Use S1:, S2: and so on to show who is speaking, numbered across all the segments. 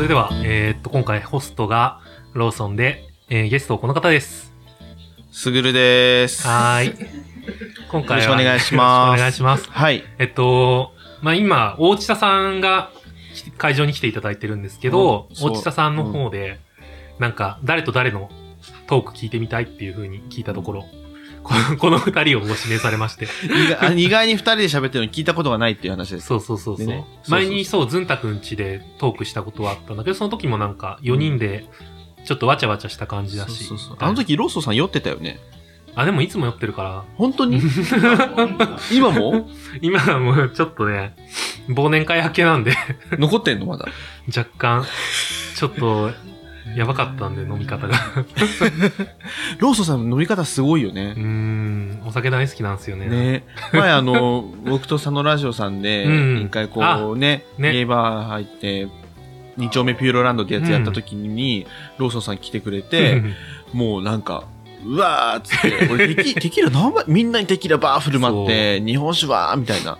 S1: れでは、えーっと、今回ホストがローソンで、えーゲストこの方です。
S2: すぐるです。
S1: はーい。 今回は
S2: よろしくお願いしま
S1: よろしく
S2: す
S1: お願いします。
S2: はい。
S1: えっと、まあ、今、大地田さんがき会場に来ていただいてるんですけど、
S2: うんそう
S1: 大地田さんの方で、なんか、誰と誰のトーク聞いてみたいっていう風に聞いたところ、このこの二人をご指名されまして。
S2: 意外あ 意外に二人で喋ってるの聞いたことがないっていう話です。
S1: そうそうそうそう。
S2: でね
S1: 前にそう、ずんたくんちでトークしたことはあったんだけど、その時もなんか4人で、ちょっとわちゃわちゃした感じだし。
S2: そうそうそうあの時ローソンさん酔ってたよね。
S1: あ、でもいつも酔ってるから、
S2: 本当 に今も
S1: 今はもうちょっとね、忘年会明けなんで、
S2: 残ってんのまだ。
S1: 若干、ちょっと、やばかったんで、飲み方が。
S2: ローソンさんの飲み方すごいよ
S1: うー
S2: ね。
S1: ん、お酒大好きなんですよね。
S2: ね前あの、僕と佐野ラジオさんで、
S1: うん
S2: 一回こうね、
S1: ね
S2: ゲイバー入って、二丁目ピューロランドってやつやった時に、ローソンさん来てくれて、もうなんか、うわーっつ って、俺テキ、テキーラ何杯、みんなにテキーラバー振る舞って、日本酒はーみたいな。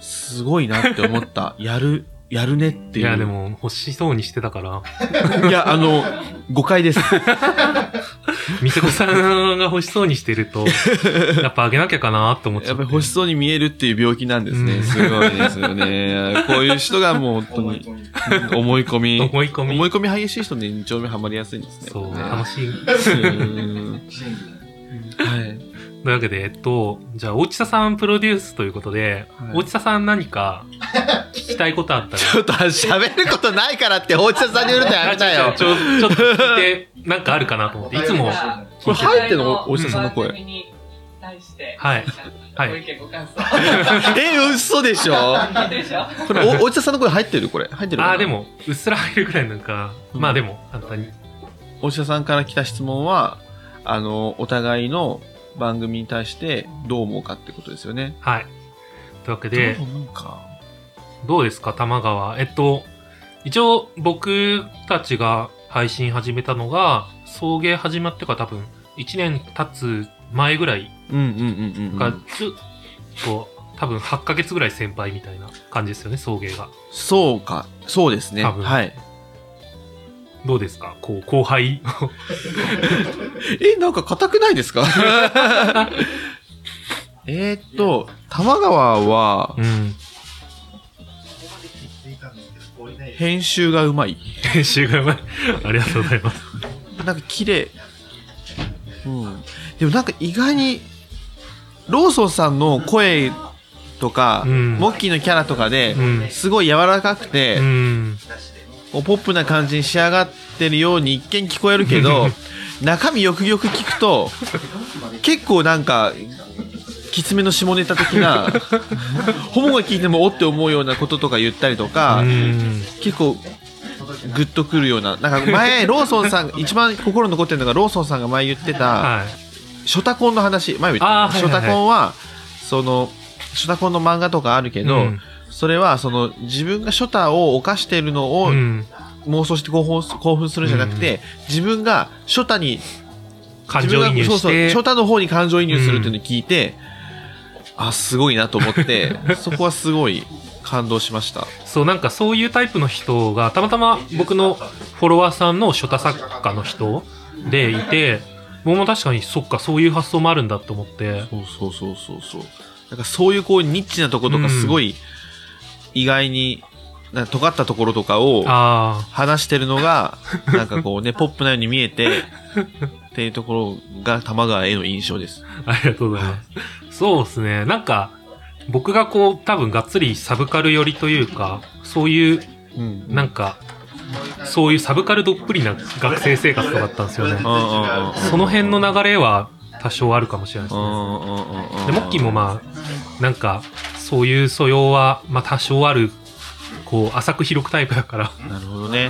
S2: すごいなって 思った。やる、やるねって
S1: い
S2: いう。
S1: や、でも、欲しそうにしてたから、
S2: いや、あの、誤解です。
S1: 店子さんが欲しそうにして ると、やっぱあげなきゃかなと思っちゃ
S2: や
S1: っ。
S2: ってぱり欲しそうに見えるっていう病気なんですね。
S1: うん
S2: すごいですよね。こういう人がもう本当 に、うん思い込み。
S1: 思い込み
S2: 思い込み激しい人に二丁目ハマりやすいんですね。
S1: そう、
S2: ね
S1: 楽しい。
S2: うんはい。
S1: というわけで、えっと、じゃあ、大地田さんプロデュースということで、
S2: はい
S1: 大地田さん何か聞きたいことあったら、
S2: ちょっと喋ることないからって、大地さんに言うのやめなよ。
S1: ちょ、ちょっと聞いて、なんかあるかなと思って、いつも、
S2: これ入ってんの
S3: お
S2: お
S3: 医
S2: 医
S3: 者
S2: 者さんの声。
S3: 番組に対して、
S1: はいはい
S3: ご意見、ご感想、
S2: え、嘘でしょ
S3: 聞いてるでしょ
S2: これ、お、おじさんの声入ってるこれ。入ってるかな
S1: ああ、で。も、うっすら入るくらいなんか、
S2: うん
S1: まあでも、簡単に。
S2: お医者さんから来た質問は、あの、お互いの番組に対してどう思うかってことですよね。
S1: はい。というわけで
S2: ど、う思うか。
S1: どうですか、玉川。えっと、一応、僕たちが配信始めたのが、送迎始まってから多分、1年経つ前ぐらい
S2: うんうんうんうんう
S1: が、
S2: ん。
S1: ちょっと、多分8ヶ月ぐらい先輩みたいな感じですよね、送迎が。
S2: そうか。そうですね。
S1: 多分
S2: はい。
S1: どうですかこう、後輩。
S2: え、なんか硬くないで すかえーっと、玉川は
S1: うん。
S2: 編集がうまい。
S1: 編集がうまい。ありがとうございます。
S2: なんか綺麗。うん。でもなんか意外に、ローソンさんの声とか、
S1: うん
S2: モッキーのキャラとかで
S1: う、ん。
S2: すごい柔らかくて
S1: う、ん。
S2: こうポップな感じに仕上がってるように一見聞こえるけど、中身よくよく聞くと、結構なんか、きつめの下ネタ的 な、ホモが聞いてもおって思うようなこととか言ったりとか、
S1: うん
S2: 結構グッとくるようななんか前ローソンさん一番心に残ってるのがローソンさんが前言ってた
S1: はい。
S2: ショタコンの話前も言
S1: あー
S2: っ
S1: は
S2: た
S1: い
S2: シ
S1: はい
S2: ョ
S1: はい
S2: タコンはそのショタコンの漫画とかあるけど、
S1: うん
S2: それはその自分がショタを犯しているのを
S1: うん
S2: 妄想して興奮す興奮するんじゃなくて、自分がショタに
S1: 感情移入
S2: 自分がそう
S1: し
S2: そう
S1: て。
S2: ショタの方に感情移入するっていうのを聞いて、あすごいなと思って そこはすごい感動しました。
S1: そう、なんかそういうタイプの人が、たまたま僕のフォロワーさんの初多作家の人でいて、僕も確かにそっか、そういう発想もあるんだと思って。
S2: そうそうそうそうそう。なんかそういうこうニッチなところと
S1: うん
S2: かすごい意外に、なんか尖ったところとかを
S1: あ
S2: 話してるのが、なんかこ うね、ポップなように見えて、っていうところが玉川への印象です。
S1: あ、ありがとうございます。そうですね。なんか、僕がこう、多分がっつりサブカル寄りというか、そういう、
S2: うんうん
S1: なんか、そういうサブカルどっぷりな学生生活とかだったんですよね。その辺の流れは多少あるかもしれないですね。
S2: うん
S1: で、モッキーもまあ、なんか、そういう素養は、まあ多少ある、こう、浅く広くタイプだから、
S2: あ。なるほどね。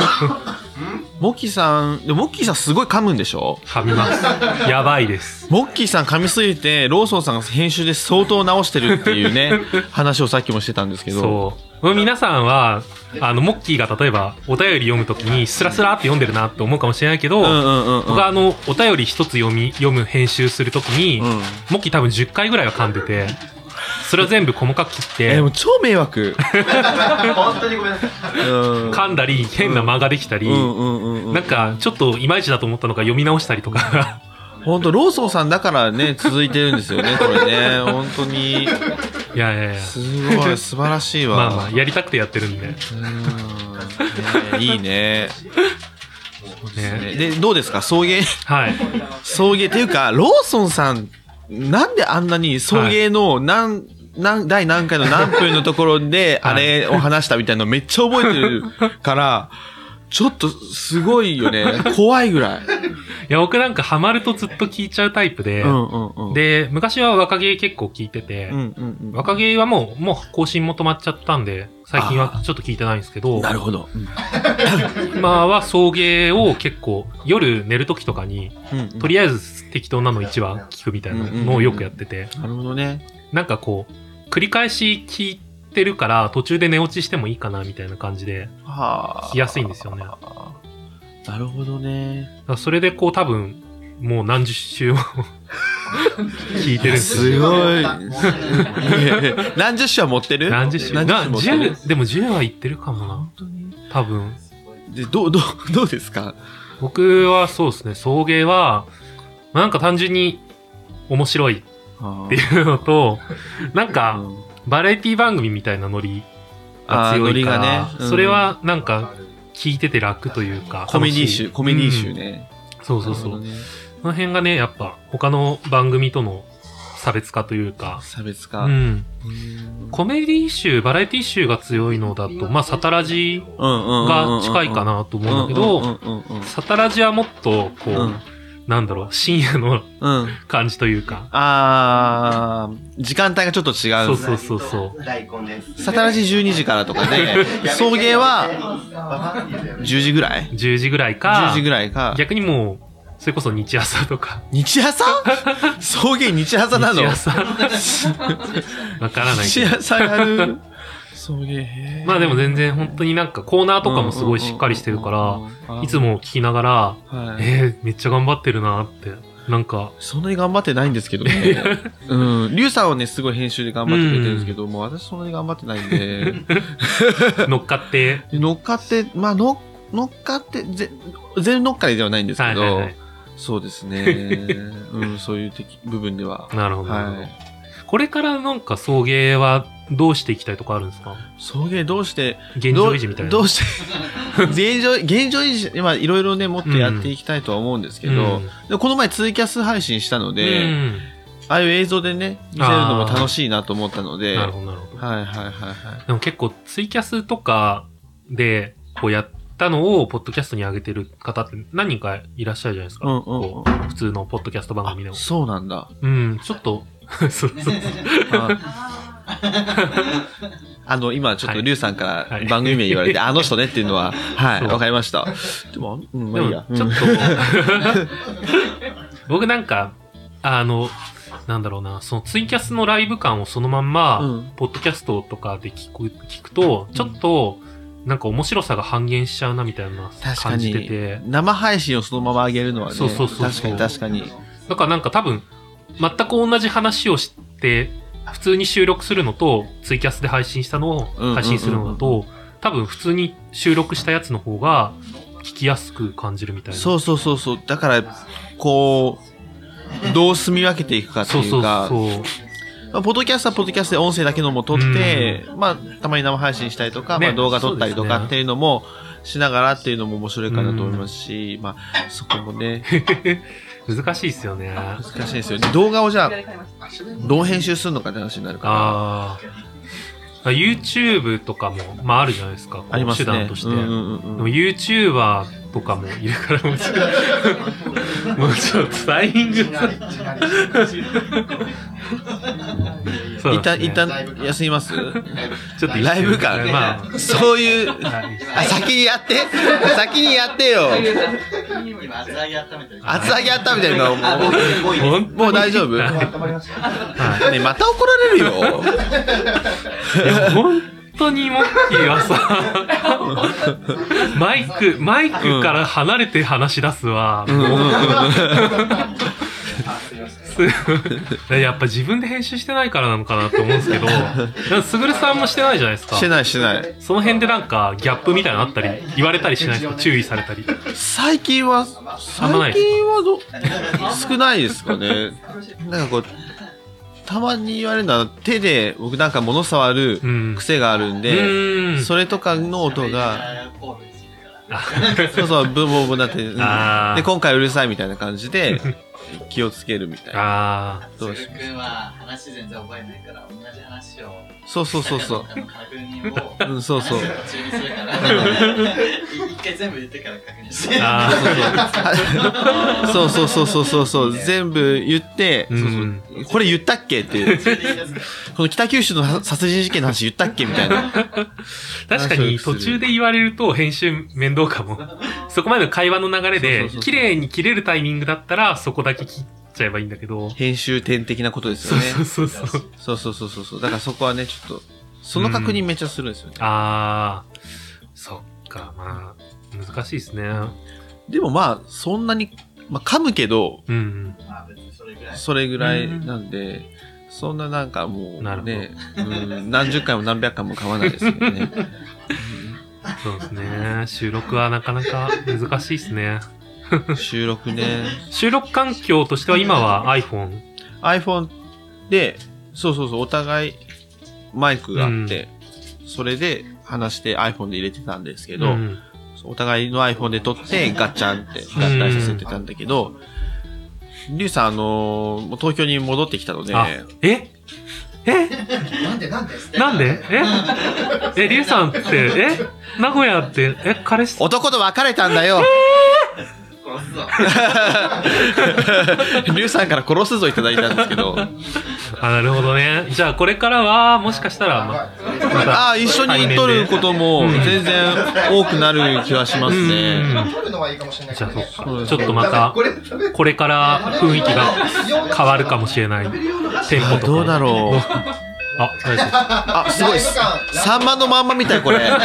S2: モッキーさん、でもモッキーさんすごい噛むんでしょ
S1: 噛みます。やばいです。
S2: モッキーさん噛みすぎて、ローソンさんが編集で相当直してるっていう ね、話をさっきもしてたんですけど。
S1: そう。これ皆さんは、あの、モッキーが例えば、お便り読むときに、スラスラって読んでるなって思うかもしれないけど、
S2: うんうんうんうん。
S1: 僕はあの、お便り一つ読み、読む編集するときに、
S2: うん
S1: モッキー多分10回ぐらいは噛んでて、それを全部細かく切っ
S2: え
S1: て
S2: ー、もう超迷惑。
S4: 本当にごめんなさい。
S2: うん。
S1: 噛んだり変な間ができたり、
S2: うんうんうんうん。
S1: なんかちょっといまいちだと思ったのが読み直したりと か
S2: 本当ローソンさんだからね、続いてるんです よね、これね。本当に。
S1: いやいやいや
S2: すごい、素晴らしいわ。
S1: まあまあやりたくてやってるんで
S2: うんねいいね。
S1: ね
S2: で、どうですか送迎、
S1: はい
S2: 送迎っていうか、ローソンさん、なんであんなに送迎の何、何、第何回の何分のところで、
S1: はい
S2: あれを話したみたいなのめっちゃ覚えてるから、ちょっとすごいよね。怖いぐらい。
S1: いや僕なんかハマるとずっと聞いちゃうタイプで、
S2: うんうんうん。、
S1: で昔は若芸結構聞いてて、
S2: うんうんうん。
S1: 若芸はもう、もう更新も止まっちゃったんで、最近はちょっと聞いてないんですけど、
S2: なるほど。うん
S1: 今は送迎を結構夜寝る時とかに、
S2: うんうん
S1: とりあえず適当なの1話聞くみたいなのをよくやってて、
S2: なるほどね。
S1: なんかこう、繰り返し聞いてるから途中で寝落ちしてもいいかなみたいな感じで
S2: は
S1: 聞きやすいんですよね。だか
S2: あ。なるほど ね。
S1: らそれでこう多分、もう何十週 も聞いてるんですよ。
S2: すごい
S4: い。
S2: 何十社持ってる
S1: 何十週
S2: 何
S1: な
S2: 十持ってる
S1: 10でも10は言ってるかもな。多分。
S2: でどう、どう、どうですか
S1: 僕はそうですね、送迎は、まあなんか単純に面白いっていうの と、なん
S2: う
S1: か
S2: ん
S1: バラエティ番組みたいなノリが強いから、
S2: あーノリがねうん
S1: それはなんか聞いてて楽というか、
S2: コメディ
S1: 楽
S2: ー
S1: しい
S2: 集、コメディー集。ね。
S1: うんそうそうそう。
S2: なるほどね
S1: その辺がね、やっぱ他の番組との差別化というか、
S2: 差別
S1: うん。
S2: 化。うん
S1: コメディ集、バラエティ集が強いのだと、まあ、サタラジが近いか。なと思うんだけ
S2: う
S1: ど、
S2: んうんうん
S1: サタラジはもっと、こう、
S2: うん
S1: なんだろう、深夜の
S2: うん。うん。
S1: 感じというか。
S2: あー、時間帯がちょっと違
S1: そう
S2: う。
S1: そうそうそう
S4: 大根です。
S2: サタラジ12時からとか で、送迎は10時ぐらい
S1: 10時ぐらいか、
S2: ?10 時ぐらいか。
S1: 逆にもう、それこそ日朝とか、
S2: 日 朝送迎日朝なの
S1: 日 朝わからないけ
S2: 日
S1: ど。
S2: 朝 やる。送迎へー
S1: まあでも全然本当になんかコーナーとかもすごいしっかりしてるから、
S2: ら
S1: いつ、も聞きながら、
S2: はい
S1: えー、めっちゃ頑張ってるなって。なんか、
S2: そんなに頑張ってないんですけどね。 うん。リュウさんはね、すごい編集で頑張ってくれてるんですけど、もう私そんなに頑張ってない んで。
S1: 乗っかって、
S2: で乗っかって、まあ、の乗っかって、ぜ全乗っかりではないん です
S1: は
S2: け
S1: い
S2: ど、
S1: はいはい。
S2: そうです ね。うん、そういう的部分では。
S1: なるほど。なるほど
S2: はい。
S1: これからなんか送迎はどうしていきたいとかあるんですか
S2: 送迎どうして、
S1: 現状維持みたいな。
S2: どうどうして、 現状、現状維持、今いろいろね、もっとやっていきたいとは思うんですけど、
S1: うん
S2: でこの前ツイキャス配信したので、
S1: うん
S2: ああいう映像でね、見せるのも楽しいなと思ったので、
S1: な
S2: は
S1: る
S2: い
S1: ほど、なるほど。
S2: はいはいはい。
S1: でも結構ツイキャスとかで、こうやったのをポッドキャストに上げてる方って何人かいらっしゃるじゃないですか。
S2: うんうん
S1: こ
S2: うん。
S1: う普通のポッドキャスト番組で
S2: あ
S1: も。
S2: そうなんだ。
S1: うん、ちょっと、そうそうそう。
S2: あ あの、今ちょっ
S1: は
S2: と
S1: い
S2: リュウさんか
S1: は
S2: ら
S1: い
S2: 番組名言われて、あの人ねっていうの は、はい、
S1: そう
S2: わかりました。でも、うん、ま
S1: で
S2: あい
S1: も
S2: いや。
S1: ちょ
S2: うん
S1: っと、 僕なんか、あの、なんだろうな、そのツイキャスのライブ感をそのまんま、
S2: うん
S1: ポッドキャストとかで聞く、聞くと、ちょっと、なんか面白さが半減しちゃうなみたいな
S2: 確か
S1: 感じ
S2: に
S1: てて、
S2: 生配信をそのまま上げるのはね、
S1: そうそうそう
S2: 確かに確かに。
S1: だからなんか多分、全く同じ話をして、普通に収録するのと、ツイキャスで配信したのを
S2: うんうん
S1: 配信するのだと、多分普通に収録したやつの方が聞きやすく感じるみたいな。
S2: そうそうそうそう。だから、こう、どう住み分けていくかって
S1: そう
S2: い
S1: そうう
S2: か、
S1: そう。
S2: まあポッドキャストはポッドキャストで音声だけのも撮って、まあ、たまに生配信したりとか、
S1: ね
S2: まあ、動画撮ったりと
S1: そうです
S2: か
S1: ね
S2: っていうのもしながらっていうのも面白いかなと思いますし、まあ、そこもね、
S1: 難しいですよね。あ
S2: 難しいですよね。動画をじゃあ、どう編集
S4: 集
S2: するのかって話になるか
S1: あー。YouTube とかも、まああるじゃないですか。こう
S2: ら、ありますね。
S1: 手段として。
S2: うんうんうん
S1: でも YouTuber とかもいるから、もうちょっと、もうちょっとタイミング。そうです
S2: 一旦、
S1: ね
S2: 一旦休 みます
S1: ちょっと一瞬
S2: ライブ感
S1: ま
S2: そういう、
S1: あ、はい
S2: あ、先にやって先にやってよ
S4: 今、厚揚げ温めてる。
S2: 厚揚げ温めてるの
S4: あ、
S2: も
S4: ごいごいです。
S1: 本
S2: う、もう大丈夫
S1: は
S2: ね
S4: 温まりました。
S1: は
S2: また怒られるよ
S1: いいや本当にモッキーはさ、マイク、マイクから離れて話し出すわ。
S2: うんうんうん
S4: すいません。
S1: やっぱ自分で編集してないからなのかなと思うんですけど、でもすぐるさんもしてないじゃないですか。
S2: してないしてない。
S1: その辺でなんかギャップみたいなのあったり、言われたりしないですか注意されたり。
S2: 最近は、
S1: あんまない
S2: 最
S1: ですか
S2: 近はど、少ないですかね。なんかこう、たまに言われるのは手で僕なんか物触る
S1: うん。
S2: 癖があるん
S1: う
S2: で、
S1: ーん。
S2: それとかの音が、
S4: コールしてるから
S2: そうそう、ブンブンブンなって、うん
S1: あー
S2: で、今回うるさいみたいな感 じで、気をつけるみたいな。
S1: あ
S2: どうし
S4: 鈴木君は話全然覚えないから同じ話を
S2: そうそうそうそう。
S4: 確認を
S2: うん、そうそう。
S4: 途中にするから一回全部言ってから確認して
S1: あ。ああ。
S2: そうそうそうそうそうそう全部言って、
S1: うん
S2: そうそうこれ言ったっけって
S4: それでいいですか
S2: この北九州の殺人事件の話言ったっけみたいな
S1: 確かに途中で言われると編集面倒か も。そこまでの会話の流れ
S2: そう
S1: で
S2: そうそうそう、
S1: 綺麗に切れるタイミングだったらそこだけ切っちゃえばいいんだけど。
S2: 編集点的なことです
S1: そ
S2: よ
S1: う
S2: ね
S1: そうそうそう。
S2: そうそうそうそうそうだからそこはねちょっとその確認めっちゃするんですよね、
S1: ああ。そっか、まあ、難しいですね。
S2: でもまあそんなに、まあ、噛むけど
S1: うん。
S4: まあ別にそれぐらい
S2: それぐらいなんで、そんななんかも
S1: なる
S2: う
S1: ほど
S2: ね、うん、何十回も何百回も噛まないですよね。
S1: そうですね。収録はなかなか難しいですね。
S2: うん収録ね。
S1: 収録環境としては今は iPhone。
S2: iPhone で、そうそうそう、お互いマイクがあって、それで話して iPhone で入れてたんですけど、
S1: うん
S2: お互いの iPhone で撮ってガッチャンって合体させてたんだけど、リュウさん、あのーもう東京に戻ってきたので、
S1: あ、ええ
S4: なんでなんでして
S1: なんで ええ、りゅうさんって、え名古屋って、え、彼氏
S2: 男と別れたんだよ
S4: 殺すぞ
S2: リュウさんから殺すぞいただいたんですけど、
S1: あ、なるほどね。じゃあこれからは、もしかしたら、まあ、また
S2: ああ、一緒に撮ることも
S1: うん
S2: 全然多くなる気はします
S1: うん
S2: ね。
S5: 取るのはいいかもしれないけどね。
S1: じゃあ
S2: そう
S1: ちょっとまた
S5: これ食べ
S1: これから雰囲気が変わるかもしれない。店舗とか。
S2: どうだろう。
S1: あ、大丈夫です。
S2: あ、すごい。サンマのまんまみたい、これ。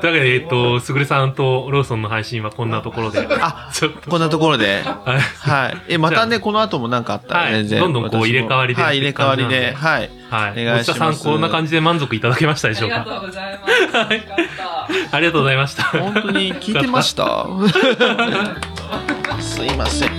S1: というわけで、えっと、すぐるさんとローソンの配信はこんなところで。
S2: あ、
S1: ちょっと。
S2: こんなところで。
S1: はい
S2: はい。え、またね、この後もなんかあったら、
S1: はい
S2: 全然。
S1: どんどんこう
S2: 私も
S1: 入れ替わりで
S2: はい、入れ替わり
S1: って
S2: で。
S1: 感
S2: はい。
S1: はい。
S2: お願いします
S1: 吉田さん、こんな感じで満足いただけましたでし
S3: あ
S1: ょう
S3: りがと
S1: か
S3: うございます。楽しかった。
S1: ありがとうございました。
S2: 本当に聞いてました すいません。